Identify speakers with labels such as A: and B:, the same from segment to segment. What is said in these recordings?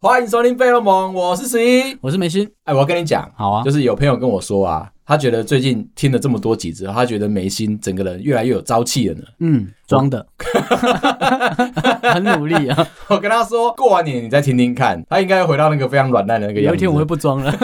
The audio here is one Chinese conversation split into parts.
A: 欢迎收听贝洛蒙，我是十一。
B: 我是梅心，
A: 哎，我要跟你讲，
B: 好啊
A: 就是有朋友跟我说啊，他觉得最近听了这么多集之后，他觉得梅心整个人越来越有朝气了呢。
B: 嗯，装的， 很努力啊。
A: 我跟他说，过完年你再听听看，他应该会回到那个非常软烂的那个样子。
B: 有一天我会不装了。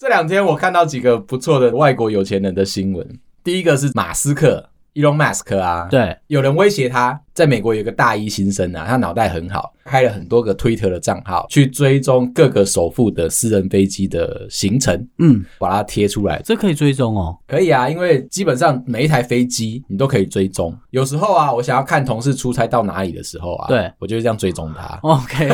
A: 这两天我看到几个不错的外国有钱人的新闻，第一个是马斯克。Elon Musk 啊，
B: 对，
A: 有人威胁他，在美国有一个大一新生啊，他脑袋很好，开了很多个推特的账号，去追踪各个首富的私人飞机的行程，
B: 嗯，
A: 把它贴出来。
B: 这可以追踪哦。
A: 可以啊，因为基本上每一台飞机你都可以追踪。有时候啊，我想要看同事出差到哪里的时候啊，
B: 对
A: 我就会这样追踪他。
B: OK，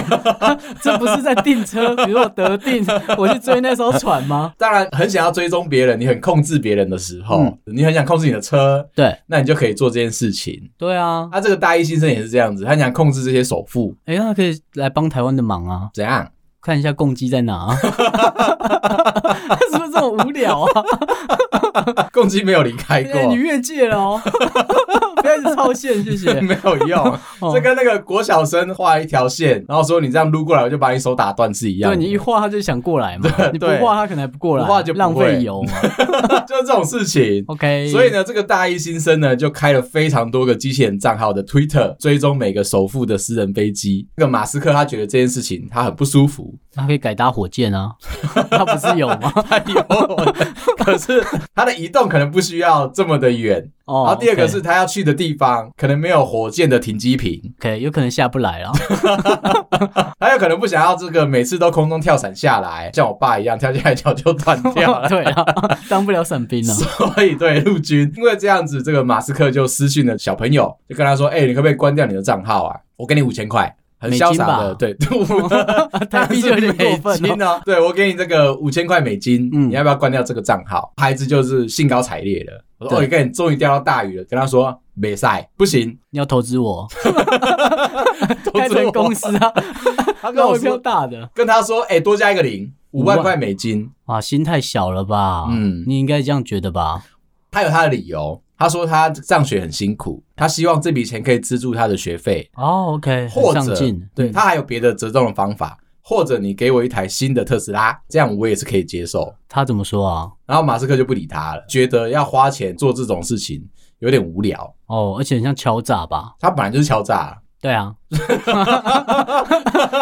B: 这不是在订车，比如我得订，我去追那艘船吗？
A: 当然，很想要追踪别人，你很控制别人的时候，
B: 嗯
A: 你很想控制你的车，
B: 对，
A: 那你就可以做这件事情。
B: 对啊，
A: 他、这个大一新生也是这样子，他想控制这些首富，
B: 哎、那可以来帮台湾的忙啊，
A: 怎样？
B: 看一下共机在哪、啊， 是不是这么无聊啊？
A: 共机没有离开过
B: 哎，你越界了哦， 不要一直超限，谢 谢。
A: 没有用。
B: 哦
A: 这跟那个国小生画一条线，然后说你这样撸过来，我就把你手打断是一样
B: 对
A: 的。
B: 你一画他就想过来嘛，你不
A: 对
B: 画他可能还不过来，
A: 不画就不
B: 浪
A: 会
B: 费油嘛。
A: 就是这种事情。
B: OK，
A: 所以呢，这个大一新生呢，就开了非常多个机器人账号的 Twitter，追踪每个首富的私人飞机。这个马斯克他觉得这件事情他很不舒服，
B: 他可以改搭火箭啊， 他不是有吗？
A: 他有，哎可是他的移动可能不需要这么的远。
B: 哦
A: 然后第二个是他要去的地方可能没有火箭的停机坪，
B: ，OK，有可能下不来啊了。
A: 他有可能不想要这个每次都空中跳伞下来，像我爸一样跳下来脚就断掉了。
B: 对啊，当不了伞兵 啊。
A: 所以对陆军，因为这样子，这个马斯克就私讯了小朋友，就跟他说：“哎、你可不可以关掉你的账号啊？我给你五千块。”很潇洒的，
B: 美金吧
A: 对， 当
B: 台
A: 然
B: 币
A: 是
B: 就有点
A: 美
B: 过分
A: 金
B: 了。
A: 哦。 对，我给你这个五千块美金，
B: 嗯
A: 你要不要关掉这个账号？孩子就是兴高采烈了。我说：“
B: 对
A: 哦，你看你终于钓到大鱼了。”跟他说：“没赛，不 行，
B: 你要投 资我，
A: 投
B: 开
A: 资
B: 成
A: 我
B: 公 司啊，
A: 他跟
B: 那
A: 我
B: 我票
A: 说，
B: 大的。
A: 跟他说：“哎、多加一个零，五万
B: 五万
A: 块美金。
B: 哇，心太小了吧？
A: 嗯
B: 嗯，你应该这样觉得吧？”
A: 他有他的理由。他说他上学很辛苦，他希望这笔钱可以资助他的学费。
B: 哦，OK，
A: 或
B: 很
A: 者
B: 上进，
A: 对
B: 嗯
A: 他还有别的折中的方法，或者你给我一台新的特斯拉，这样我也是可以接受。
B: 他怎么说啊？
A: 然后马斯克就不理他了，觉得要花钱做这种事情有点无聊。
B: 哦，而且很像敲诈吧？
A: 他本来就是敲诈，
B: 对啊，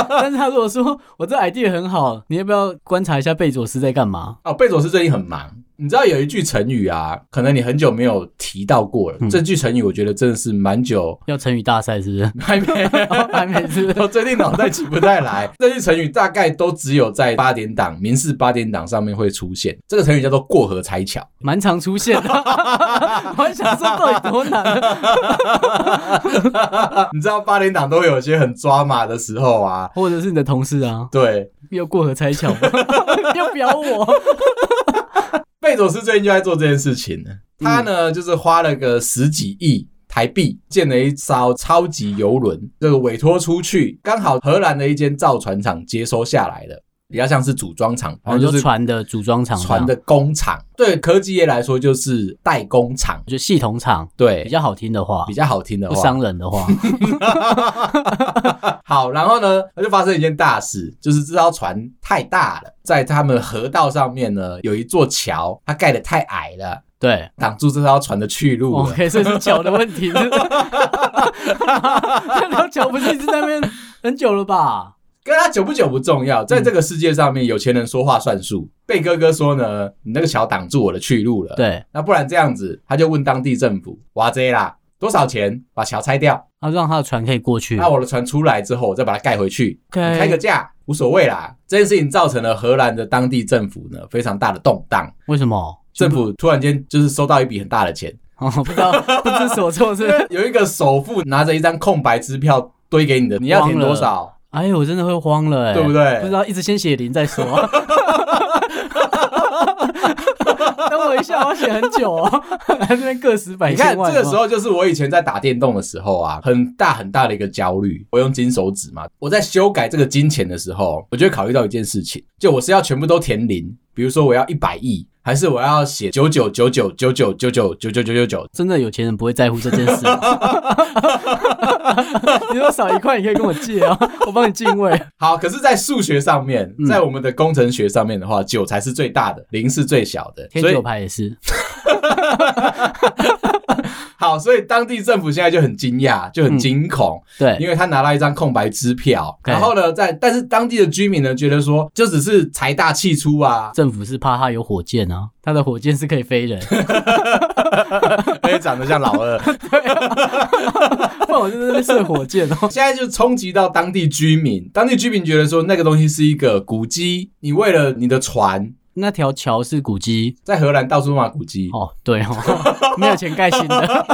B: 但是他如果说我这 idea 很好，你要不要观察一下贝佐斯在干嘛？
A: 哦，贝佐斯最近很忙。你知道有一句成语啊，可能你很久没有提到过了。
B: 嗯
A: 这句成语我觉得真的是蛮久？
B: 要成语大赛是不是
A: 还没，
B: 哦还没是不是
A: 我最近脑袋起不太来。这句成语大概都只有在八点档、民事八点档上面会出现。这个成语叫做过河拆桥。
B: 蛮常出现 的。我还想说到底多难 啊？
A: 你知道八点档都会有一些很抓马的时候啊，
B: 或者是你的同事啊，
A: 对，
B: 又过河拆桥吗， 又表我。
A: 贝佐斯最近就在做这件事情呢。他
B: 嗯
A: 呢，就是花了个十几亿台币建了一艘超级游轮，这个委托出去，刚好荷兰的一间造船厂接收下来的，比较像是组装厂，
B: 我
A: 反正
B: 就
A: 就是
B: 是哦船的组装厂，
A: 船的工厂。对科技业来说，就是代工厂。
B: 就系统厂，比
A: 对，
B: 较好听的话
A: 比，较好听的
B: 不
A: 话，
B: 伤人的 话，
A: 好，然后呢，那就发生一件大事，就是这艘船太大了，在他们河道上面呢，有一座桥，它盖得太矮了，
B: 对。
A: 挡住这艘船的去路了。
B: 哦 OK，所以是桥的问 题。那条桥不是一直在那边 很久了吧？
A: 跟他久不久不重要，在这个世界上面，有钱人说话算数。贝哥哥说呢，你那个桥挡住我的去路了。，
B: 对，
A: 那不然这样子，他就问当地政府，哇这啦，多少钱把桥拆掉？
B: 要啊让他的船可以过去
A: 那。我的船出来之后，我再把它盖回去，你
B: OK
A: 开个价无所谓啦。这件事情造成了荷兰的当地政府呢非常大的动荡。
B: 为什么？
A: 政府突然间就是收到一笔很大的钱，
B: 哦，不知 道，不知所措是
A: 因
B: 不是
A: 为有一个首富拿着一张空白支票堆给你的，你要填多少，
B: 哎呦，我真的会慌了，哎，
A: 对不
B: 不
A: 对
B: 知？道，一直先写零再说。当我一下，我要写很久哦， 还在那边个十百
A: 你看
B: 千万。哦
A: 这个时，候就是我以前在打电动的时候啊，很大很大的一个焦虑。我用金手指嘛，我在修改这个金钱的时候，我就会考虑到一件事情，就我是要全部都填零，比如说我要一百亿，还是我要写九九九九九九九九九九九九九。
B: 真的有钱人不会在乎这件 事吗。你说少一块，你可以跟我借啊，我帮你进位。
A: 好，可是，在数学上面，
B: 嗯
A: 在我们的工程学上面的话，九才是最大的，零是最小的，
B: 天
A: 所以
B: 九牌也是，
A: 好，所以当地政府现在就很惊讶，就很惊恐，
B: 对，
A: 因为他拿到一张空白支票，
B: 嗯对
A: 然后呢，在但是当地的居民呢，觉得说就只是财大气粗啊，
B: 政府是怕他有火箭啊，他的火箭是可以飞人，
A: 而且哎长得像老二，
B: 不然我就在那边射火箭哦。
A: 现在就冲击到当地居民，当地居民觉得说那个东西是一个古迹，你为了你的船。
B: 那条桥是古迹
A: 在荷兰到处都骂古迹，
B: 哦，对 哦，没有钱盖新的，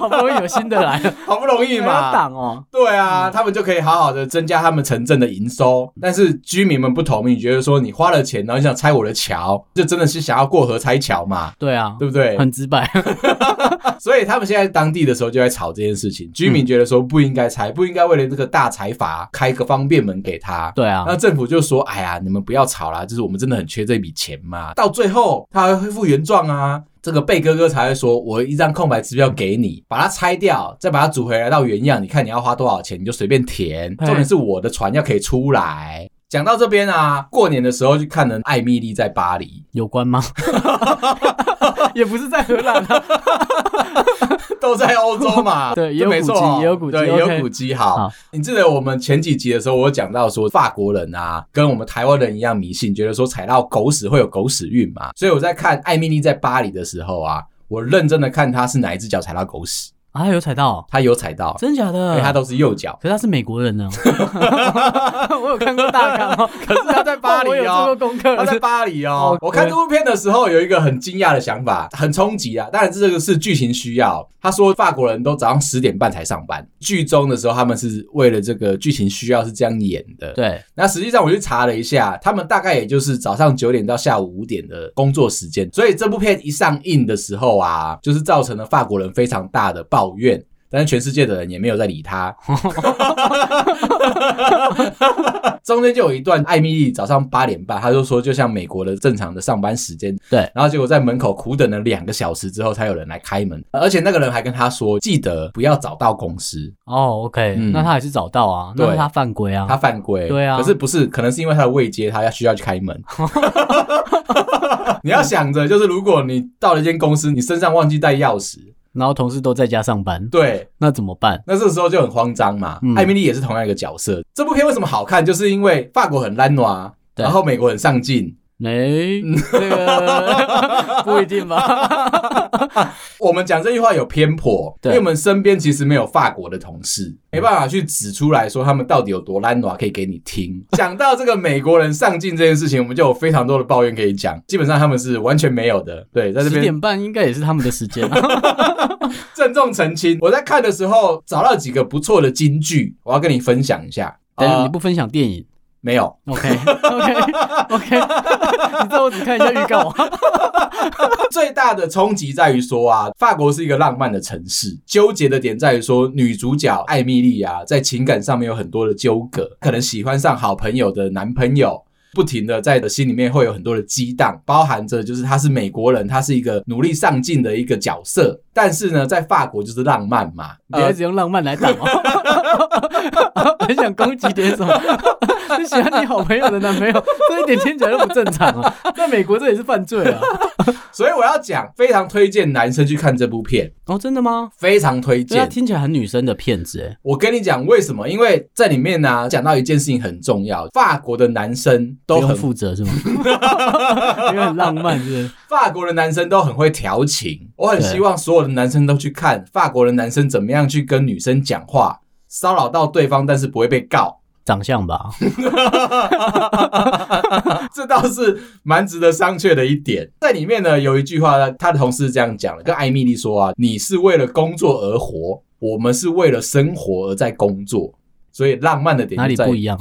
B: 好不容易有新的来了，
A: 好不容易
B: 还要
A: 嘛，
B: 挡哦。
A: 对啊，他们就可以好好的增加他们城镇的营收。但是居民们不同意，觉得说你花了钱，然后你想拆我的桥，就真的是想要过河拆桥嘛，
B: 对啊，
A: 对不对？
B: 很直白。
A: 所以他们现在当地的时候就在吵这件事情，居民觉得说不应该拆，不应该为了这个大财阀开个方便门给他。
B: 对啊，
A: 那政府就说：“哎呀，你们不要吵啦，就是我们真的很缺这笔钱嘛。”到最后他还会恢复原状啊，这个贝哥哥才会说：“我一张空白支票给你，把它拆掉，再把它组回来到原样，你看你要花多少钱，你就随便填。
B: 哎
A: 重点是我的船要可以出来。”讲到这边啊，过年的时候去看了艾米丽在巴黎，
B: 有 关吗？也不是在荷兰啊，
A: 都在欧洲嘛，
B: 对
A: 这
B: 也有
A: 没错
B: 古迹
A: 哦
B: 也有古迹
A: 对，也
B: OK
A: 有古迹。好
B: 好，
A: 你记得我们前几集的时候，我有讲到说法国人啊，跟我们台湾人一样迷信，觉得说踩到狗屎会有狗屎运嘛。所以我在看艾米丽在巴黎的时候啊，我认真的看她是哪一只脚踩到狗屎，
B: 啊有踩到，
A: 她有踩到，
B: 真假
A: 因
B: 的？
A: 为她都是右 脚。
B: 可是他是美国人呢， 我有看过大纲哦，
A: 可是她在巴
B: 我
A: 黎
B: 有做过
A: 哦。
B: 功课
A: 她在巴黎哦
B: 哦，
A: 我看这部片的时候有一个很惊讶的想法，很冲击啊！当然这个是剧情需要。他说法国人都早上十点半才上班，剧中的时候他们是为了这个剧情需要是这样演的。
B: 对，
A: 那实际上我去查了一下，他们大概也就是早上九点到下午五点的工作时间，所以这部片一上映的时候啊，就是造成了法国人非常大的抱怨。但是全世界的人也没有在理他。 中间就有一段，艾米丽早上八点半，她就说就像美国的正常的上班时间，
B: 对，
A: 然后结果在门口苦等了两个小时之后，才有人来开门，而且那个人还跟她说，记得不要早到公司，
B: 哦，OK，
A: 嗯
B: 那他还是找到啊，
A: 对
B: 那是他犯规啊，
A: 他犯规，
B: 对啊
A: 可是不是，可能是因为他的未接，他要需要去开门。 你要想着，就是如果你到了一间公司，你身上忘记带钥匙，
B: 然后同事都在家上班，
A: 对，
B: 那怎么办？
A: 那这个时候就很慌张嘛。
B: 嗯
A: 艾米丽也是同样一个角色。这部片为什么好看，就是因为法国很懒惰，啊
B: 对
A: 然后美国很上进。
B: 哎，
A: 嗯
B: 这个 不一定吧？
A: 我们讲这句话有偏颇，因
B: 对嗯
A: 为我们身边其实没有法国的同事，没办法去指出来说他们到底有多懒惰，啊可以给你听。 讲到这个美国人上进这件事情，我们就有非常多的抱怨可以讲，基本上他们是完全没有的。对， 在这
B: 十
A: 边
B: 点半应该也是他们的时间 啊，
A: 郑重澄清，我在看的时候找到几个不错的金句，我要跟你分享一下。
B: 但是你
A: 呃，
B: 不分享电影
A: 没有，
B: ，OK OK OK，你知道 我只看一下预告 啊，
A: 最大的冲击在于说啊，法国是一个浪漫的城市，纠结的点在于说女主角艾米莉啊，在情感上面有很多的纠葛，可能喜欢上好朋友的男朋友。不停的在的心里面会有很多的激荡，包含着就是她是美国人，她是一个努力上进的一个角色，但是呢，在法国就是浪漫嘛，
B: 别一直用浪漫来挡哦， 很想攻击点什么？ 就喜欢你好朋友的男朋友，这一点听起来都不正常啊！ 在美国这也是犯罪啊！
A: 所以我要讲，非常推荐男生去看这部片，
B: 哦，真的吗？
A: 非常推
B: 对啊，
A: 荐。
B: 听起来很女生的骗子哎。
A: 我跟你讲为什么？因为在里面呢、讲到一件事情很重要，法国的男生都
B: 不用
A: 很
B: 负责是 吗？因为很浪漫是不是
A: 法国的男生都很会调情，我很
B: 对
A: 希望所有的男生都去看法国的男生怎么样去跟女生讲话，骚扰到对方，但是不会被告。
B: 长相吧？
A: 这倒是蛮值得商榷的一点。在里面呢，有一句话呢，他的同事是这样讲的，跟艾米丽说啊：“你是为了工作而活，我们是为了生活而在工作。”所以浪漫的点
B: 哪里
A: 就在
B: 不一样？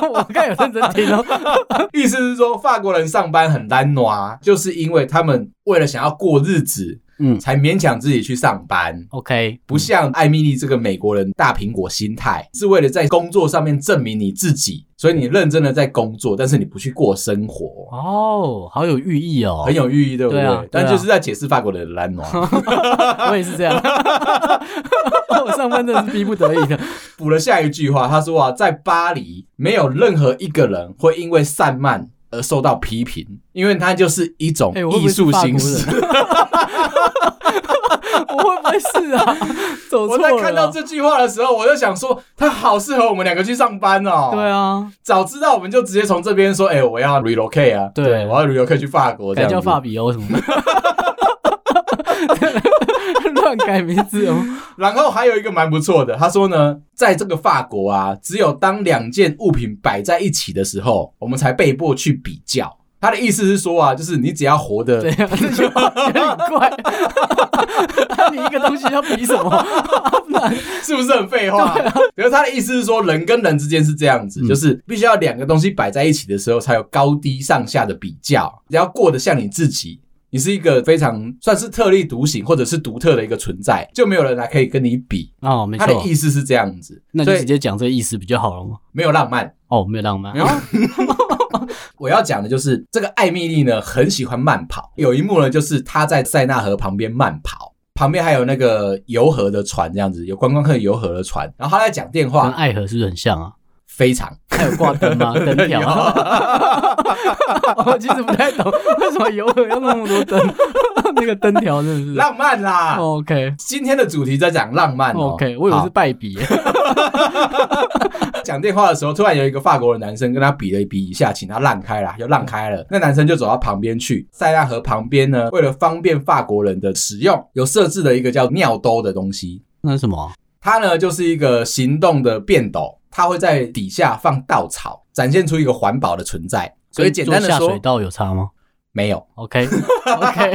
B: 啊 我刚有认真听哦，
A: 意思是说，法国人上班很单挪，就是因为他们为了想要过日子，
B: 嗯
A: 才勉强自己去上班。
B: ，OK，
A: 不像艾米丽这个美国人大苹果心态，是为了在工作上面证明你自己，所以你认真的在工作，但是你不去过生活，
B: 哦，好有寓意哦
A: 很，有寓意，对不对？
B: 对啊
A: 但
B: 对啊
A: 就是在解释法国人的懒惰。
B: 我也是这样， 我上班真的是逼不得已的，
A: 补了下一句话，他说啊，在巴黎没有任何一个人会因为散漫而受到批评，因为它就是一种
B: 哎我会不
A: 艺
B: 会是
A: 术
B: 法
A: 形
B: 国
A: 式。
B: 我会不会是 啊？走
A: 我
B: 错
A: 在
B: 了，
A: 看到，这句话的时候，我就想说，他好适合我们两个去上班哦。
B: 对，啊，
A: 早知道我们就直接从这边说，哎、我要 relocate 啊，
B: 对
A: 我要 relocate 去法国，这
B: 改
A: 样
B: 叫
A: 子
B: 法比欧什么的， 乱改名字哦，
A: 然后还有一个蛮不错的，他说呢，在这个法国啊，只有当两件物品摆在一起的时候，我们才被迫去比较。他的意思是说啊，就是你只要活得
B: 对啊，这句话有点怪， 那你一个东西要比什么？
A: 是不是很废话？ 可是他的意思是说，人跟人之间是这样子，
B: 嗯
A: 就是必须要两个东西摆在一起的时候，才有高低上下的比较，你要过得像你自己。你是一个非常算是特立独行，或者是独特的一个存在，就没有人来可以跟你比。
B: 哦，没
A: 他
B: 错
A: 的，意思是这样子，
B: 那就
A: 所
B: 直
A: 以
B: 接讲这个意思比较好了嘛。
A: 没有浪漫。
B: 哦，没有浪漫
A: 没，有 我要讲的就是这个艾米丽呢，很喜欢慢跑。有一幕呢，就是她在塞纳河旁边慢跑，旁边还有那个游河的船，这样子有观光客游河的船。然后她在讲电
B: 跟
A: 话，
B: 爱河是不是很像啊？
A: 非常
B: 还有挂灯 吗？灯条？我其实不太懂为什么游河要弄那么多灯， 那个灯条真的是。
A: 浪漫啦。
B: OK
A: 今天的主题在讲浪漫哦。
B: 哦 OK，我以为是败笔。
A: 好讲电话的时候，突然有一个法国的男生跟他比了比一下，请他让开啦，就让开了。那男生就走到旁边去，塞纳河旁边呢，为了方便法国人的使用，有设置了一个叫尿兜的东西。
B: 那是什么？
A: 它呢就是一个行动的便斗，它会在底下放稻草，展现出一个环保的存在。所以简单的
B: 跟做下
A: 说
B: 水，道有差吗
A: 没有。
B: ？OK OK，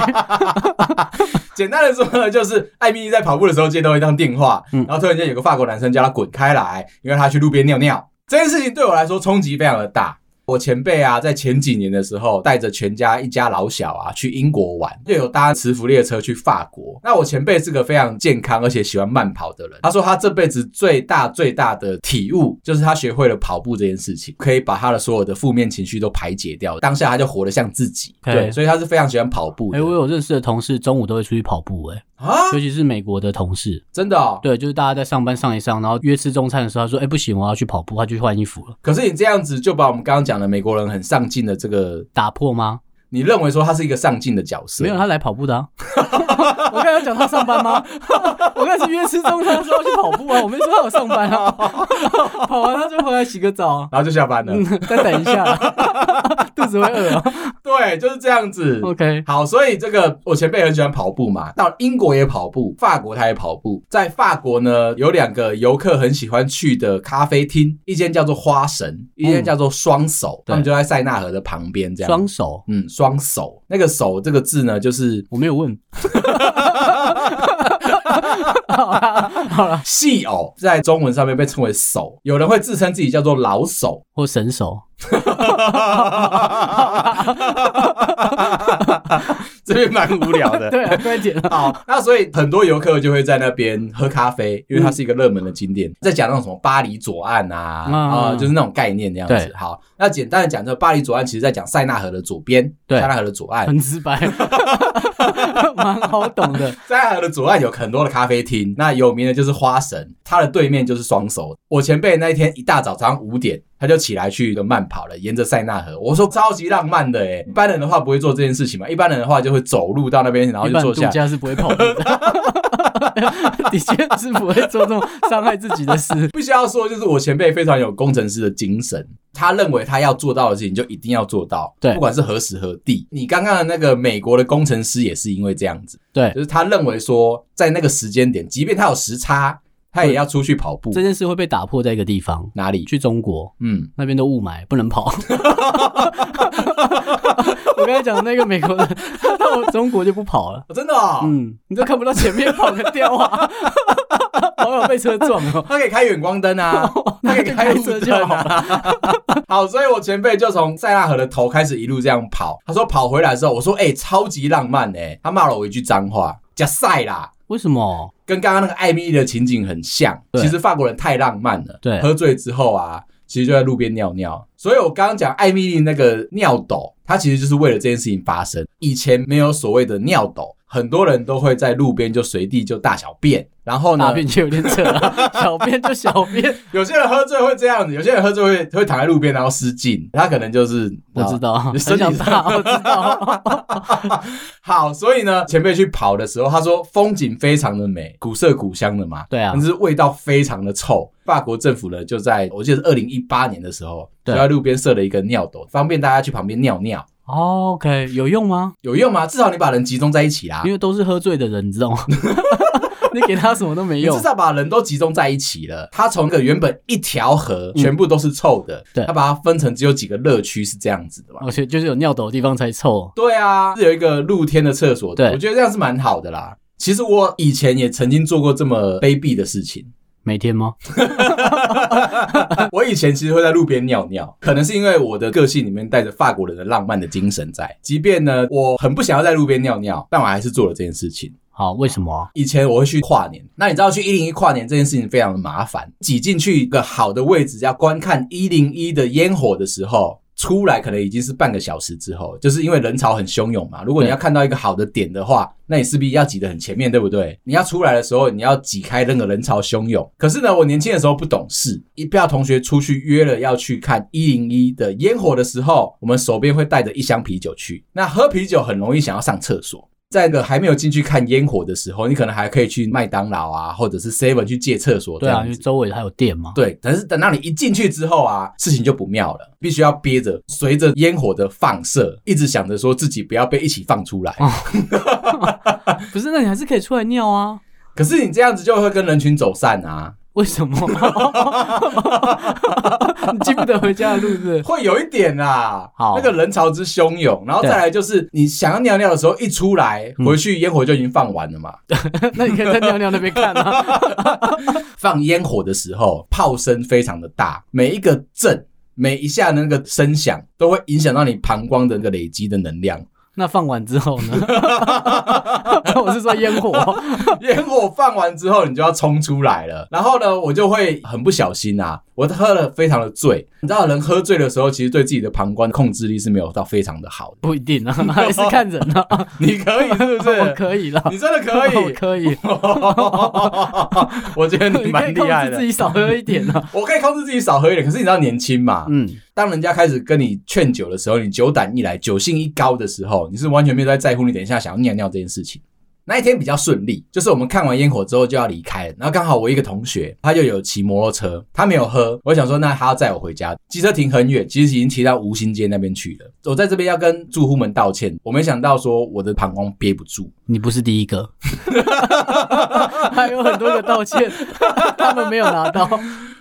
A: 简单的说呢，就是艾米丽在跑步的时候接到一通电话，
B: 嗯
A: 然后突然间有个法国男生叫她滚开来，因为她去路边尿尿。这件事情对我来说冲击非常的大。我前辈啊，在前几年的时候，带着全家一家老小啊去英国玩，就有搭磁浮列车去法国。那我前辈是个非常健康而且喜欢慢跑的人，他说他这辈子最大最大的体悟就是他学会了跑步这件事情，可以把他的所有的负面情绪都排解掉，当下他就活得像自己。
B: OK
A: 对，所以他是非常喜欢跑步的。
B: 哎，我有认识的同事中午都会出去跑步，哎，
A: 啊，
B: 尤其是美国的同事，
A: 真的哦。
B: 对，就是大家在上班上一上，然后约吃中餐的时候，他说，哎，不行，我要去跑步，他就去换衣服了，
A: 可是你这样子就把我们刚刚讲的美国人很上进的这个，
B: 打破吗？
A: 你认为说他是一个上进的角色？
B: 没有，他来跑步的、啊。 我刚才有讲他上班吗？ 我刚才是约吃中餐的时候要去跑步啊，我没说他有上班啊。 跑完他就回来洗个澡啊、
A: 然后就下班了。
B: 嗯，再等一下 啊，肚子会饿、啊。
A: 对，就是这样子。
B: OK，
A: 好，所以这个我前辈很喜欢跑步嘛，到英国也跑步，法国他也跑步。在法国呢，有两个游客很喜欢去的咖啡厅，一间叫做花神，一间叫做双手，他们
B: 对
A: 就在塞纳河的旁边这样。
B: 双手
A: 嗯，双手那个手这个字呢，就是
B: 我没有问。啊
A: 戏偶，在中文上面被称为手，有人会自称自己叫做老手，
B: 或神手，
A: 这边蛮无聊的。
B: 对啊，快点了。
A: 好，那所以很多游客就会在那边喝咖啡，因为它是一个热门的景点。再讲那种什么巴黎左岸啊，
B: 嗯
A: 啊、就是那种概念这样子
B: 对。
A: 好，那简单的讲，这个巴黎左岸其实在讲塞纳河的左边，
B: 对
A: 塞纳河的左岸，
B: 很直白， 蛮好懂的。
A: 塞纳河的左岸有很多的咖啡厅，那有名的就是花神，它的对面就是双手。我前辈那一天一大早早上五点，他就起来去一个慢跑了，沿着塞纳河。我说超级浪漫的诶，一般人的话不会做这件事情嘛，一般人的话就会走路到那边，然后
B: 一
A: 就
B: 般
A: 坐
B: 度
A: 下。
B: 假是不会跑步的， 的确是不会做这种伤害自己的事。
A: 必须要说，就是我前辈非常有工程师的精神，他认为他要做到的事情就一定要做到，
B: 对
A: 不管是何时何地。你刚刚的那个美国的工程师也是因为这样子，
B: 对
A: 就，是他认为说，在那个时间点，即便他有时差，他也要出去跑步
B: 这。件事会被打破在一个地方，
A: 哪里？
B: 去中国，
A: 嗯，
B: 那边都雾霾，不能跑。 我刚才讲的那个美国人，他到中国就不跑了。嗯
A: 哦真的、哦，
B: 嗯，你都看不到前面跑个掉啊！好想被车撞哦。
A: 他可以开远光灯 啊，他
B: 那
A: 可以
B: 就
A: 开
B: 开
A: 雾
B: 车
A: 灯
B: 就好
A: 啊。 好，所以我前辈就从塞纳河的头开始一路这样跑。他说跑回来的时候，我说哎、欸超级浪漫哎、他骂了我一句脏话，叫塞啦。
B: 为什么？
A: 跟刚刚那个艾米丽的情景很像。
B: 对
A: 其实法国人太浪漫了，
B: 对
A: 喝醉之后啊，其实就在路边尿尿。所以我刚刚讲艾米丽那个尿斗，它其实就是为了这件事情发生。以前没有所谓的尿斗，很多人都会在路边就随地就大小便，然后
B: 大
A: 呢，
B: 便就有点 扯啊，小便就小便，
A: 有些人喝醉会这样子，有些人喝醉会会躺在路边然后失禁，他可能就是
B: 我知。 道，很
A: 你身体
B: 想大，我知道。
A: 好，所以呢，前辈去跑的时候，他说风景非常的美，古色古香的嘛，
B: 对啊
A: 但是味道非常的臭。法国政府呢，就在我记得二零一八年的时候，就
B: 对
A: 在路边设了一个尿斗，方便大家去旁边尿尿。
B: 哦 OK，有用吗？
A: 有用吗？至少你把人集中在一起啦
B: 啊因，为都是喝醉的人，你知道吗？ 你给他什么都没
A: 你
B: 用
A: 至。少把人都集中在一起了。他从个原本一条河全部都是臭的，
B: 嗯对
A: 他把它分成只有几个乐区是这样子的嘛。
B: 而且哦就是有尿斗的地方才臭。
A: 对啊，是有一个露天的厕所的，
B: 对
A: 我觉得这样是蛮好的啦。其实我以前也曾经做过这么卑鄙的事情。
B: 每天吗？
A: 我以前其实会在路边尿尿，可能是因为我的个性里面带着法国人的浪漫的精神在。即便呢，我很不想要在路边尿尿，但我还是做了这件事情。
B: 好，为什么啊？
A: 以前我会去跨年，那你知道去一零一跨年这件事情非常的麻烦，挤进去一个好的位置要观看一零一的烟火的时候。出来可能已经是半个小时之后，就是因为人潮很汹涌嘛。如果你
B: 对
A: 要看到一个好的点的话，那你势必要挤得很前面，对不对？你要出来的时候，你要挤开那个人潮汹涌。可是呢，我年轻的时候不懂事，一票同学出去约了要去看一零一的烟火的时候，我们手边会带着一箱啤酒去。那喝啤酒很容易想要上厕所，在那个还没有进去看烟火的时候，你可能还可以去麦当劳啊，或者是 Seven 去借厕所这
B: 对啊，
A: 样
B: 因为
A: 子。
B: 周围还有店嘛。
A: 对，但是等到你一进去之后啊，事情就不妙了，必须要憋着，随着烟火的放射，一直想着说自己不要被一起放出来。
B: 哦不是，那你还是可以出来尿啊。
A: 可是你这样子就会跟人群走散啊，
B: 为什么？ 你记不得回家的路是不是？
A: 会有一点啦。
B: 好
A: 那个人潮之汹涌，然后再来就是你想要尿尿的时候一出来，
B: 嗯
A: 回去烟火就已经放完了嘛。
B: 那你可以在尿尿那边看啊。
A: 放烟火的时候，炮声非常的大，每一个震，每一下那个声响，都会影响到你膀胱的那个累积的能量。
B: 那放完之后 呢？我是说烟火。
A: 烟火放完之后，你就要冲出来了。然后呢，我就会很不小心啊， 我喝了非常的醉。你知道，人喝醉的时候，其实对自己的膀胱控制力是没有到非常的好
B: 不一定 啊，还是看人啊。
A: 的。你可以是不
B: 我
A: 是？
B: 可以啦，
A: 你真的可
B: 我
A: 以？
B: 可以。
A: 我觉得你
B: 你可
A: 蛮
B: 以
A: 厉
B: 控
A: 害
B: 制
A: 的
B: 自。己少喝一点啊。
A: 我可以控制自己少喝一点，可是你知道年轻嘛，
B: 嗯，
A: 当人家开始跟你劝酒的时候，你酒胆一来，酒性一高的时候，你是完全没有在在乎你等一下想要尿尿这件事情。那一天比较顺利，就是我们看完烟火之后就要离开了，然后刚好我一个同学他就有骑摩托车，他没有喝，我想说那他要载我回家，机车停很远，其实已经骑到吴兴街那边去了。我在这边要跟住户们道歉，我没想到说我的膀胱憋不住，
B: 你不是第一 个，还有很多个道歉，他们没有拿到。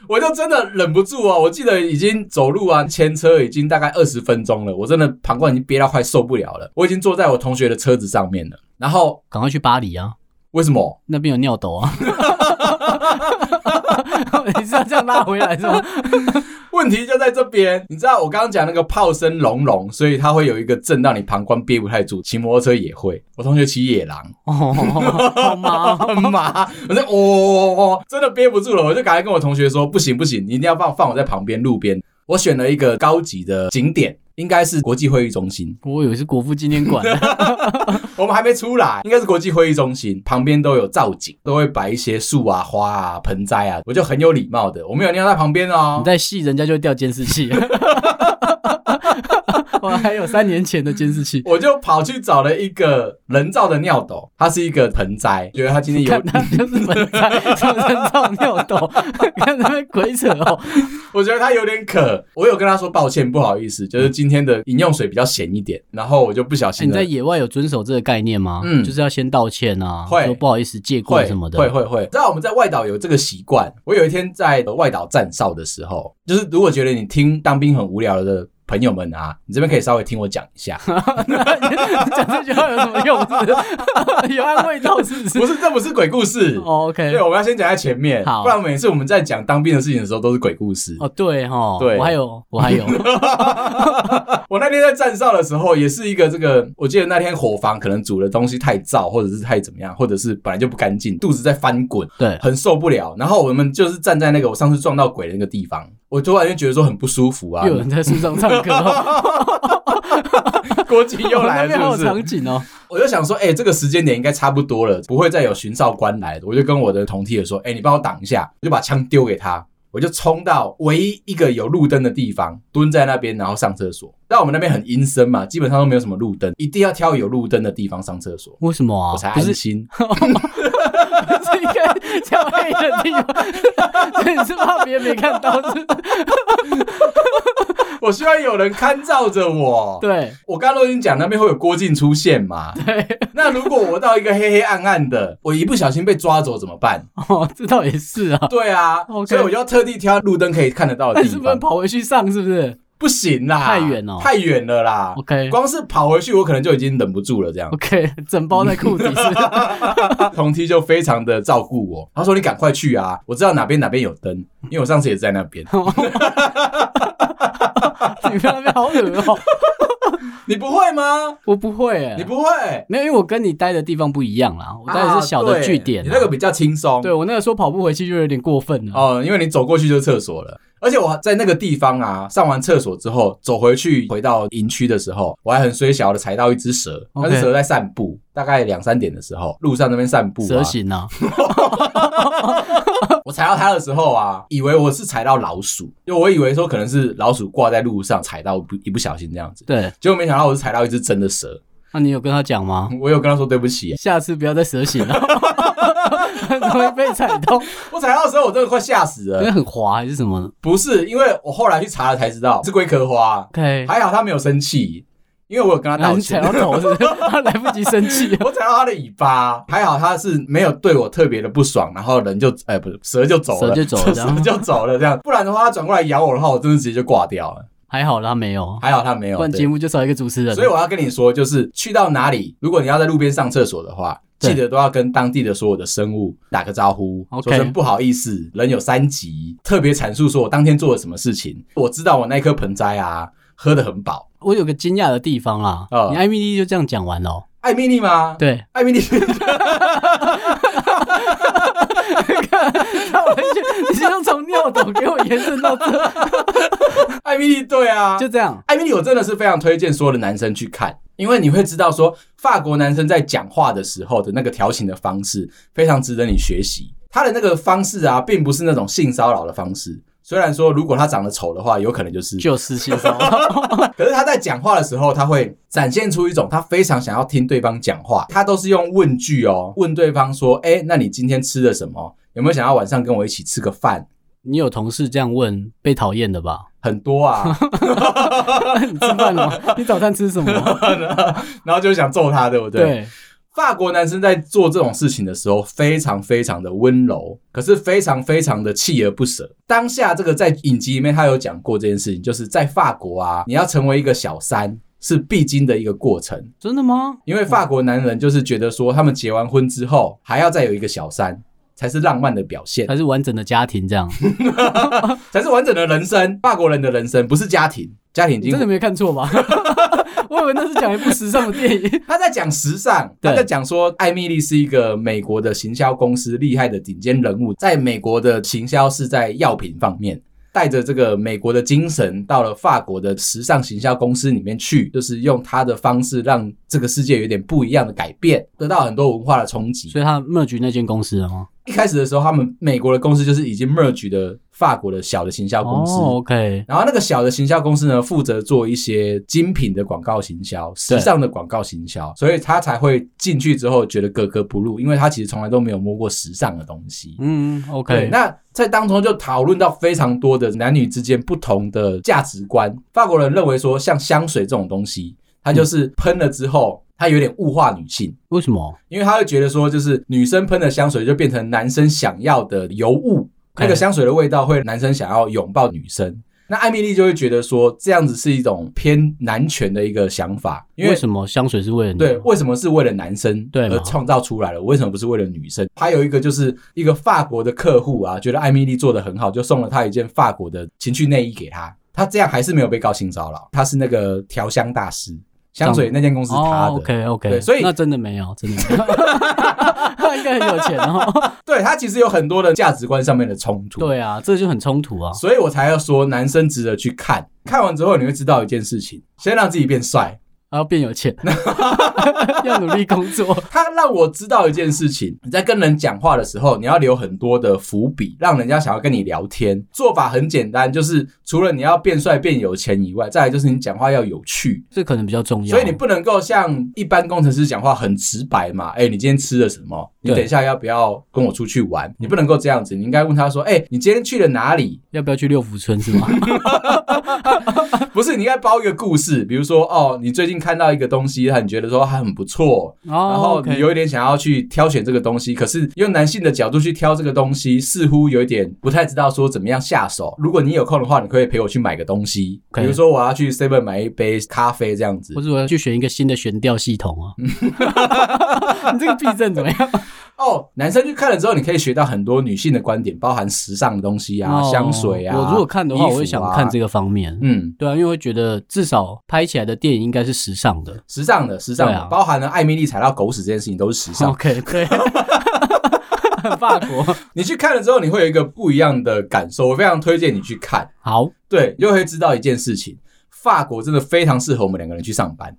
A: 我就真的忍不住哦，我记得已经走路啊，牵车已经大概二十分钟了，我真的膀胱已经憋到快受不了了。我已经坐在我同学的车子上面了，然后
B: 赶快去巴黎啊，
A: 为什么？
B: 那边有尿斗 啊。你是要这样拉回来是吗？
A: 问题就在这边，你知道我刚刚讲那个炮声隆隆，所以它会有一个震到你膀胱憋不太住。骑摩托车也会，我同学骑野狼，
B: 哦，好麻哦。
A: 很麻，我说哦哦哦哦，真的憋不住了，我就赶快跟我同学说，不行不行，你一定要放放我在旁边路边。我选了一个高级的景点，应该是国际会议中心。
B: 我以为是国父纪念馆，
A: 我们还没出来，应该是国际会议中心旁边都有造景，都会摆一些树啊、花啊、盆栽啊，我就很有礼貌的，我没有尿在旁边哦
B: 你。再细人家就会掉监视器。 我还有三年前的监视器，
A: 我就跑去找了一个人造的尿斗，它是一个盆栽，觉得它今天有
B: 看，他就是本在什么人造尿 斗，看他们鬼扯哦。
A: 我觉得它有点渴，我有跟他说抱歉，不好意思，就是今天的饮用水比较咸一点，然后我就不小
B: 哎
A: 心
B: 你
A: 了
B: 在野外有遵守这个概念吗？
A: 嗯
B: 就是要先道歉啊，
A: 会
B: 说不好意思借过
A: 会
B: 什么的。
A: 会会会，知道我们在外岛有这个习惯。我有一天在外岛站哨的时候，就是如果觉得你听当兵很无聊的。朋友们啊，你这边可以稍微听我讲一下，
B: 讲这句话有什么用？是不 是有安慰到是不 是？
A: 不是，这不是鬼故事。
B: 哦，OK，
A: 对，我们要先讲在前面，
B: 好
A: 不然每次我们在讲当兵的事情的时候都是鬼故事。
B: 哦对哈，
A: 对
B: 我还有我还有，
A: 我那天在站哨的时候，也是一个这个，我记得那天伙房可能煮的东西太燥，或者是太怎么样，或者是本来就不干净，肚子在翻滚，
B: 对，
A: 很受不了。然后我们就是站在那个我上次撞到鬼的那个地方，我突然就觉得说很不舒服啊
B: 又，有人在树上唱歌 哦，
A: 国旗又来
B: 那边还
A: 了
B: 有
A: 是不是
B: 场？景哦，
A: 我就想说，哎、这个时间点应该差不多了，不会再有巡哨官来了。我就跟我的同梯也说，哎、你帮我挡一下，我就把枪丢给他，我就冲到唯一一个有路灯的地方，蹲在那边，然后上厕所。但我们那边很阴森嘛，基本上都没有什么路灯，一定要挑有路灯的地方上厕所，
B: 为什么
A: 我才
B: 啊？不
A: 安
B: 是
A: 心。
B: 是应该叫黑的地方， 你是怕别人没看到 是？
A: 我希望有人看照着我。
B: 对
A: 我刚刚都已经讲那边会有郭靖出现嘛，
B: 对，
A: 那如果我到一个黑黑暗暗的，我一不小心被抓走怎么 办？
B: 哦，这倒也是啊。
A: 对啊
B: OK
A: 所以我就要特地挑路灯可以看得到的
B: 但
A: 地
B: 是不
A: 方
B: 能。跑回去上，是不是
A: 不行啦，
B: 太远哦
A: 太远了啦。
B: ？OK
A: 光是跑回去，我可能就已经忍不住了。这样，啊
B: OK，整包在裤底是不是
A: 同梯就非常的照顾我，他说：“你赶快去啊，我知道哪边哪边有灯，
B: 嗯
A: 因为我上次也在那边。
B: 你们那边好恶哦、
A: 你不会吗？
B: 我不会、欸，
A: 你不会？
B: 没有，因为我跟你待的地方不一样啦，我待的是小
A: 啊
B: 的
A: 对
B: 据点、
A: 你那个比较轻松。
B: 对我那个说跑步回去就有点过分了。
A: 哦，因为你走过去就是厕所了。而且我在那个地方啊，上完厕所之后走回去，回到营区的时候，我还很虽小的踩到一只蛇，那
B: OK
A: 只蛇在散步，大概两三点的时候，路上那边散步、啊，
B: 蛇形啊，
A: 我踩到它的时候啊，以为我是踩到老鼠，因为我以为说可能是老鼠挂在路上踩到不一不小心这样子，
B: 对，
A: 结果没想到我是踩到一只真的蛇。
B: 那你有跟他讲吗？
A: 我有跟他说对不起、
B: 下次不要再蛇形了， 很容易被踩到，
A: 我踩到的时候我真的快吓死
B: 因
A: 了
B: 为。很滑还是什么
A: 不是，因为我后来去查了才知道是龟壳花，
B: ？OK，
A: 还好他没有生气，因为我有跟他
B: 然
A: 道
B: 后你嗯踩
A: 歉。
B: 到头是不 是？他来不及生气
A: 我踩到他的尾巴，还好他是没有对我特别的不爽，然后人就哎、不是蛇就走了，
B: 蛇就走了这样
A: 蛇就走了这样，不然的话他转过来咬我的话，我真的直接就挂掉了。
B: 还好啦，他没有，
A: 还好他没有，
B: 不然
A: 对
B: 节目就少一个主持人。
A: 所以我要跟你说，就是去到哪里，如果你要在路边上厕所的话，
B: 对
A: 记得都要跟当地的所有的生物打个招呼
B: OK
A: 说声不好意思。人有三急，特别阐述说我当天做了什么事情。我知道我那颗盆栽啊，喝得很饱。
B: 我有个惊讶的地方啦，
A: 啊
B: 你艾米丽就这样讲完了哦，
A: 艾米丽吗？，
B: 对，
A: 艾米丽，
B: 那 我就你就从尿斗给我延伸到这，
A: 艾米丽，对啊，
B: 就这样，
A: 艾米丽，我真的是非常推荐所有的男生去看，因为你会知道说法国男生在讲话的时候的那个调情的方式，非常值得你学习。他的那个方式啊，并不是那种性骚扰的方式。虽然说，如果他长得丑的话，有可能就是，
B: 就私信骚扰
A: 可是他在讲话的时候，他会展现出一种他非常想要听对方讲话，他都是用问句哦，问对方说：“哎、那你今天吃了什么？有没有想要晚上跟我一起吃个饭
B: 你有同事这样问被讨厌的吧？？”
A: 很多 啊，
B: 你吃饭了吗？你早餐吃什么？
A: 然后就想揍他，对不对？
B: 对，
A: 法国男生在做这种事情的时候，非常非常的温柔，可是非常非常的锲而不舍。当下这个在影集里面他有讲过这件事情，就是在法国啊，你要成为一个小三是必经的一个过程，
B: 真的吗？
A: 因为法国男人就是觉得说，他们结完婚之后还要再有一个小三，才是浪漫的表现，
B: 还是完整的家庭这样？
A: 才是完整的人生。法国人的人生不是家庭，家庭已
B: 你
A: 经
B: 真的没看错吧？ 我以为那是讲一部时尚的电影。
A: 他在讲时尚，
B: 对
A: 他在讲说艾米丽是一个美国的行销公司厉害的顶尖人物，在美国的行销是在药品方面。带着这个美国的精神，到了法国的时尚行销公司里面去，就是用他的方式让这个世界有点不一样的改变，得到很多文化的冲击。
B: 所以他 merge 那间公司了吗？
A: 一开始的时候，他们美国的公司就是已经 merge 的法国的小的行销公司，
B: 哦，OK，
A: 然后那个小的行销公司呢，负责做一些精品的广告行销、时尚的广告行销，所以他才会进去之后觉得格格不入，因为他其实从来都没有摸过时尚的东西。
B: 嗯
A: 对，
B: ，OK，
A: 那在当中就讨论到非常多的男女之间不同的价值观。法国人认为说，像香水这种东西，它就是喷了之后，它有点物化女性。
B: 为什么？
A: 因为他会觉得说，就是女生喷的香水就变成男生想要的尤物，
B: OK
A: 那个香水的味道会男生想要拥抱女生，那艾米丽就会觉得说，这样子是一种偏男权的一个想法，因
B: 为什么香水是为了你？
A: 对，为什么是为了男生
B: 对嘛
A: 而创造出来了？为什么不是为了女生？还有一个就是一个法国的客户啊，觉得艾米丽做的很好，就送了她一件法国的情趣内衣给她。她这样还是没有被告性骚扰，她是那个调香大师，香水那间公司是她的。
B: 哦、OK OK，
A: 对所以
B: 那真的没有，真的没有，他 应该很有钱哦。
A: 对她其实有很多的价值观上面的冲突。
B: 对啊，这就很冲突啊。
A: 所以我才要说男生值得去看。看完之后你会知道一件事情：先让自己变帅。
B: 然啊后变有钱， 要努力工作。
A: 他让我知道一件事情：你在跟人讲话的时候，你要留很多的伏笔，让人家想要跟你聊天。做法很简单，就是除了你要变帅、变有钱以外，再来就是你讲话要有趣。
B: 这可能比较重要，
A: 所以你不能够像一般工程师讲话很直白嘛？哎、你今天吃了什么？你
B: 对
A: 等一下要不要跟我出去玩？你不能够这样子，你应该问他说：哎、你今天去了哪里？
B: 要不要去六福村 是吗？
A: 不是，你应该包一个故事，比如说哦，你最近看到一个东西，你觉得说它很不错，然
B: 然
A: 后你哦有一点想要去挑选这个东西，可是用男性的角度去挑这个东西，似乎有一点不太知道说怎么样下手。如果你有空的话，你可以陪我去买个东西，
B: 可
A: 比
B: 以
A: 如说我要去 Seven 买一杯咖啡这样子
B: 或。者我要去选一个新的悬吊系统啊。 你这个避震怎么样？
A: 哦，男生去看了之后，你可以学到很多女性的观点，包含时尚的东西啊、
B: 哦
A: 香水啊。
B: 我如果看的话，
A: 衣服啊
B: 我会想看这个方面。
A: 嗯，
B: 对啊，因为我会觉得至少拍起来的电影应该是时尚的。
A: 时尚的时尚的，
B: 对啊
A: 包含了艾米丽踩到狗屎这件事情都是时尚。
B: OK，对， 法国
A: 你去看了之后，你会有一个不一样的感受。我非常推荐你去看，
B: 好，
A: 对，又会知道一件事情：法国真的非常适合我们两个人去上班，，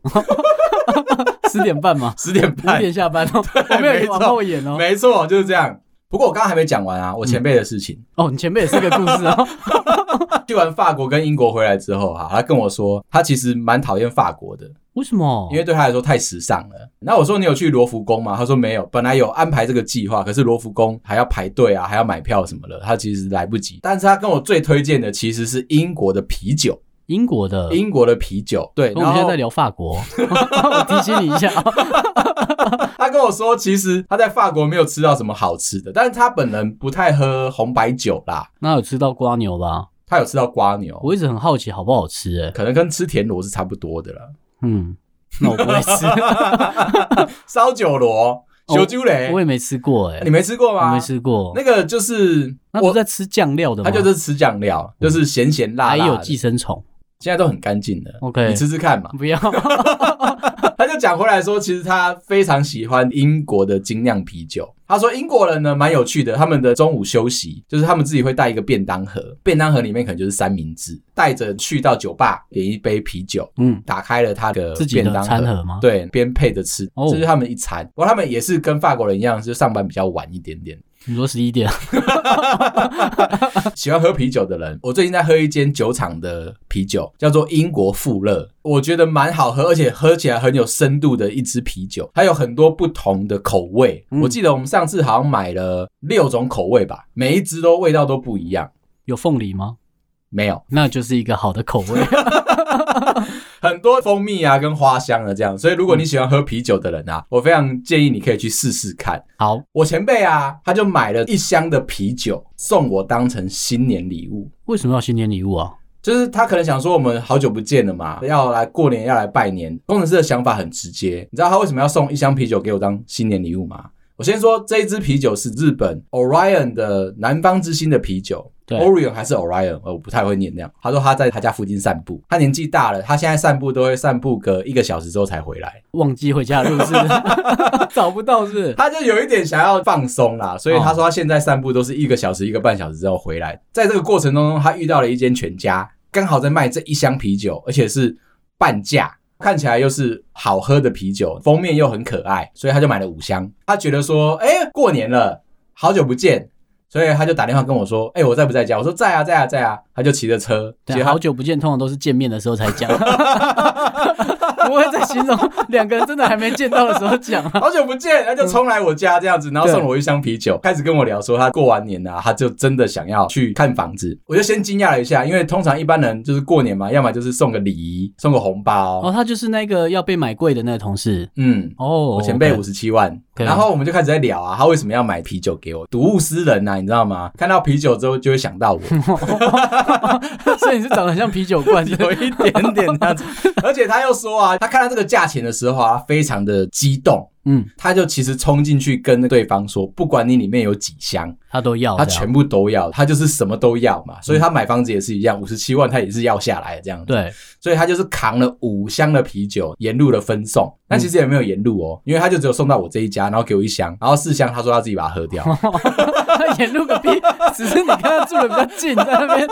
B: 十点半嘛
A: 十点
B: 五
A: 半，
B: 点下班哦，我没
A: 没
B: 有
A: 错
B: 往后延哦。
A: 没错，就是这样。不过我刚刚还没讲完啊，我前辈的事情。
B: 哦，你前面也是个故事哦。
A: 去完法国跟英国回来之后啊，他跟我说，他其实蛮讨厌法国的，
B: 为什么？
A: 因为对他来说太时尚了。那我说你有去罗浮宫吗？他说没有，本来有安排这个计划，可是罗浮宫还要排队啊，还要买票什么的，他其实来不及。但是他跟我最推荐的其实是英国的啤酒，
B: 英国的。
A: 英国的啤酒。对，
B: 我
A: 然
B: 们
A: 后
B: 现在在聊法国， 我提醒你一下哦，
A: 他跟我说，其实他在法国没有吃到什么好吃的，但是他本人不太喝红白酒啦，
B: 那有吃到瓜牛吧？
A: 他有吃到瓜牛，
B: 我一直很好奇好不好吃哎、
A: 可能跟吃田螺是差不多的啦。
B: 嗯，那我不 会吃，
A: 烧酒螺、
B: 哦
A: 小酒雷
B: 我，也没吃过哎、
A: 你没吃过
B: 我
A: 吗？
B: 没吃过。
A: 那个就是
B: 那不是
A: 我，
B: 在吃酱料的吗？
A: 他就是吃酱料，就是咸咸辣
B: 嗯还
A: 辣
B: 有
A: 的，
B: 寄生虫。
A: 现在都很干净的。
B: OK
A: 你吃吃看嘛。
B: 不要，
A: 他就讲回来说，其实他非常喜欢英国的精酿啤酒。他说英国人呢蛮有趣的，他们的中午休息就是他们自己会带一个便当盒，便当盒里面可能就是三明治，带着去到酒吧点一杯啤酒，
B: 嗯，
A: 打开了他的
B: 自己
A: 便
B: 的
A: 当
B: 嗯餐盒吗？
A: 对，边配着吃，
B: 哦
A: 这是他们一餐。不过他们也是跟法国人一样，就上班比较晚一点点。
B: 你说十一点，
A: 喜欢喝啤酒的人，我最近在喝一间酒厂的啤酒，叫做英国富勒，我觉得蛮好喝，而且喝起来很有深度的一支啤酒，它有很多不同的口味。
B: 嗯
A: 我记得我们上次好像买了六种口味吧，每一支都味道都不一样。
B: 有凤梨吗？
A: 没有
B: 那就是一个好的口 味。
A: 很多蜂蜜啊，跟花香的这样，所以如果你喜欢喝啤酒的人啊，我非常建议你可以去试试看。
B: 好，
A: 我前辈啊，他就买了一箱的啤酒送我当成新年礼物，
B: 为什么要新年礼物啊？
A: 就是他可能想说我们好久不见了嘛，要来过年，要来拜年。工程师的想法很直接，你知道他为什么要送一箱啤酒给我当新年礼物吗？我先说这一支啤酒是日本 Orion 的南方之星的啤酒。
B: 对
A: Orion 还是 Orion，呃我不太会念那样。他说他在他家附近散步，他年纪大了，他现在散步都会散步个一个小时之后才回来。
B: 忘记回家的路是不 是找不到是不是？
A: 他就有一点想要放松啦，所以他说他现在散步都是一个小时、一个半小时之后回来。在这个过程当中，他遇到了一间全家，刚好在卖这一箱啤酒，而且是半价，看起来又是好喝的啤酒，封面又很可爱，所以他就买了五箱。他觉得说，哎、过年了，好久不见。所以他就打电话跟我说：“哎、我在不在家？”我说：“在啊，在啊，在啊。”他就骑着车，
B: 对
A: 结果
B: 啊，
A: 他
B: 好久不见，通常都是见面的时候才 讲，不会在形容两个人真的还没见到的时候讲啊。
A: 好久不见，他就冲来我家这样子，然后送了我一箱啤酒，开始跟我聊说他过完年啊，他就真的想要去看房子。我就先惊讶了一下，因为通常一般人就是过年嘛，要么就是送个礼仪，送个红包。
B: 哦哦，他就是那个要被买贵的那个同事。
A: 嗯，
B: 哦，
A: 我前辈
B: OK
A: 五十七万，
B: 对
A: 然后我们就开始在聊啊，他为什么要买啤酒给我？睹物思人呐、啊，你知道吗？看到啤酒之后就会想到我，
B: 所以你是长得像啤酒 罐，
A: 有一点点那 种。而且他又说啊，他看到这个价钱的时候啊，非常的激动，
B: 嗯，
A: 他就其实冲进去跟对方说，不管你里面有几箱，
B: 他都要
A: 他
B: 这样
A: 全部都要，他就是什么都要嘛。所以他买房子也是一样，五十七万他也是要下来的这样。，
B: 嗯对，
A: 所以他就是扛了五箱的啤酒，沿路的分送。
B: 嗯
A: 但其实也没有沿路哦，因为他就只有送到我这一家，然后给我一箱，然后四箱他说他自己把它喝 掉。
B: 他沿路个屁，只是你跟他住的比较近，在那边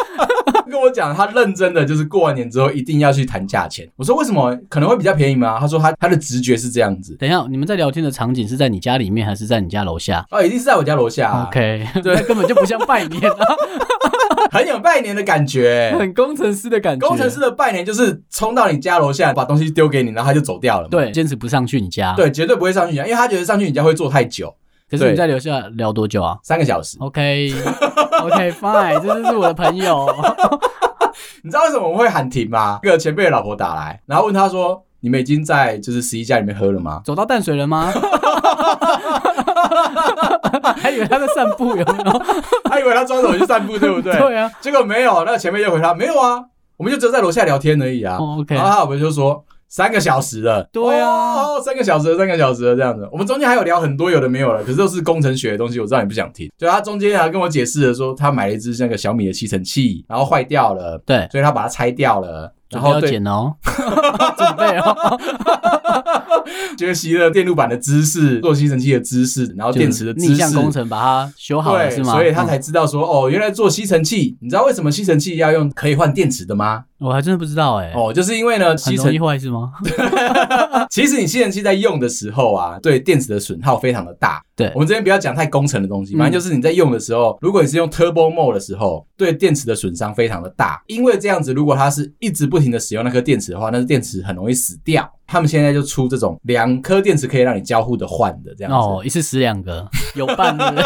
A: 跟我讲，他认真的就是过完年之后一定要去谈价钱。我说为什么可能会比较便宜吗？他说他他的直觉是这样子，
B: 等一下，你们在聊天的场景是在你家里面还是在你家楼下
A: 哦，一定是在我家楼下、啊
B: ？OK，对，根本就不像拜 年啊，
A: 很有拜年的感 觉、
B: 很工程师的感觉。
A: 工程师的拜年就是冲到你家楼下，把东西丢给你，然后他就走掉了嘛。
B: 对，坚持不上去你家。，
A: 对，绝对不会上去你啊家，因为他觉得上去你家会坐太久，
B: 可是你在楼下聊多久啊
A: 三个小时。
B: ？OK，OK，Fine，这就是我的朋友。
A: 你知道为什么我会喊停吗？一个前辈的老婆打来，然后问他说：“你们已经在就是十一家里面喝了吗？”
B: 走到淡水了吗？ 还以为他在散步，有没有？
A: 他以为他抓着我去散步，对不对？
B: 对啊。
A: 结果没有，那个前辈又回他没有啊，我们就只有在楼下聊天而已啊。
B: 哦，OK
A: 然后他老婆就说三个小时了，
B: 对啊
A: 哦，三个小时了，三个小时了这样子。我们中间还有聊很多有的没有了，可是都是工程学的东西，我知道你不想听。就他中间还跟我解释了说，他买了一只那个小米的吸尘器，然后坏掉了，
B: 对，
A: 所以他把它拆掉了。然
B: 准备
A: 后
B: 要
A: 对
B: 剪哦，准备哦，
A: 学习了电路板的知识，做吸尘器的知识，然 后电池的知
B: 逆向
A: 识，
B: 工程把它修好了
A: 对，
B: 是吗？
A: 所以他才
B: 嗯，
A: 知道说，哦，原来做吸尘器，你知道为什么吸尘器要用可以换电池的吗？
B: 我还真的不知道哎，
A: 哦，就是因为呢，
B: 很
A: 吸
B: 容
A: 尘
B: 易坏是吗？
A: 其实你吸尘器在用的时候啊，对电子的损耗非常的大。
B: 对
A: 我们这边不要讲太工程的东西，
B: 嗯
A: 反正就是你在用的时候，如果你是用 Turbo Mode 的时候，对电池的损伤非常的大。因为这样子，如果它是一直不停的使用那颗电池的话，那个电池很容易死掉。他们现在就出这种两颗电池可以让你交互的换的这样子，
B: 哦，一次死两个， 有伴是不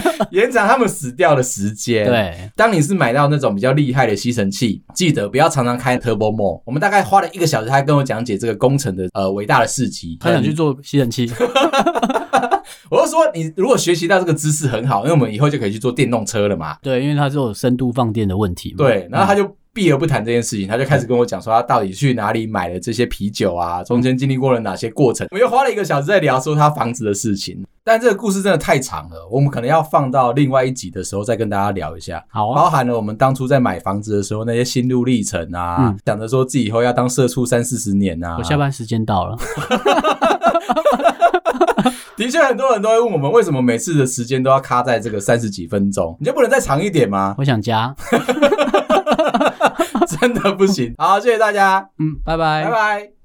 B: 是
A: 延长他们死掉的时间。。
B: 对，
A: 当你是买到那种比较厉害的吸尘器，记得不要常常开 Turbo Mode。我们大概花了一个小时，他跟我讲解这个工程的呃伟大的事迹。
B: 他想去做吸尘器。
A: 我是说，你如果学习到这个知识很好，因为我们以后就可以去做电动车了嘛。
B: 对，因为它是有深度放电的问题嘛。嗯
A: 对，然后他就避而不谈这件事情，他就开始跟我讲说他到底去哪里买了这些啤酒
B: 嗯
A: 啊，中间经历过了哪些过程。我们又花了一个小时在聊说他房子的事情，但这个故事真的太长了，我们可能要放到另外一集的时候再跟大家聊一下。
B: 好啊，
A: 包含了我们当初在买房子的时候那些心路历程啊
B: 嗯，
A: 想着说自己以后要当社畜三四十年啊。
B: 我下班时间到了。
A: 的确很多人都会问我们，为什么每次的时间都要卡在这个三十几分钟？你就不能再长一点吗？
B: 我想家。
A: 真的不行。好，谢谢大家，
B: 嗯，拜
A: 拜拜。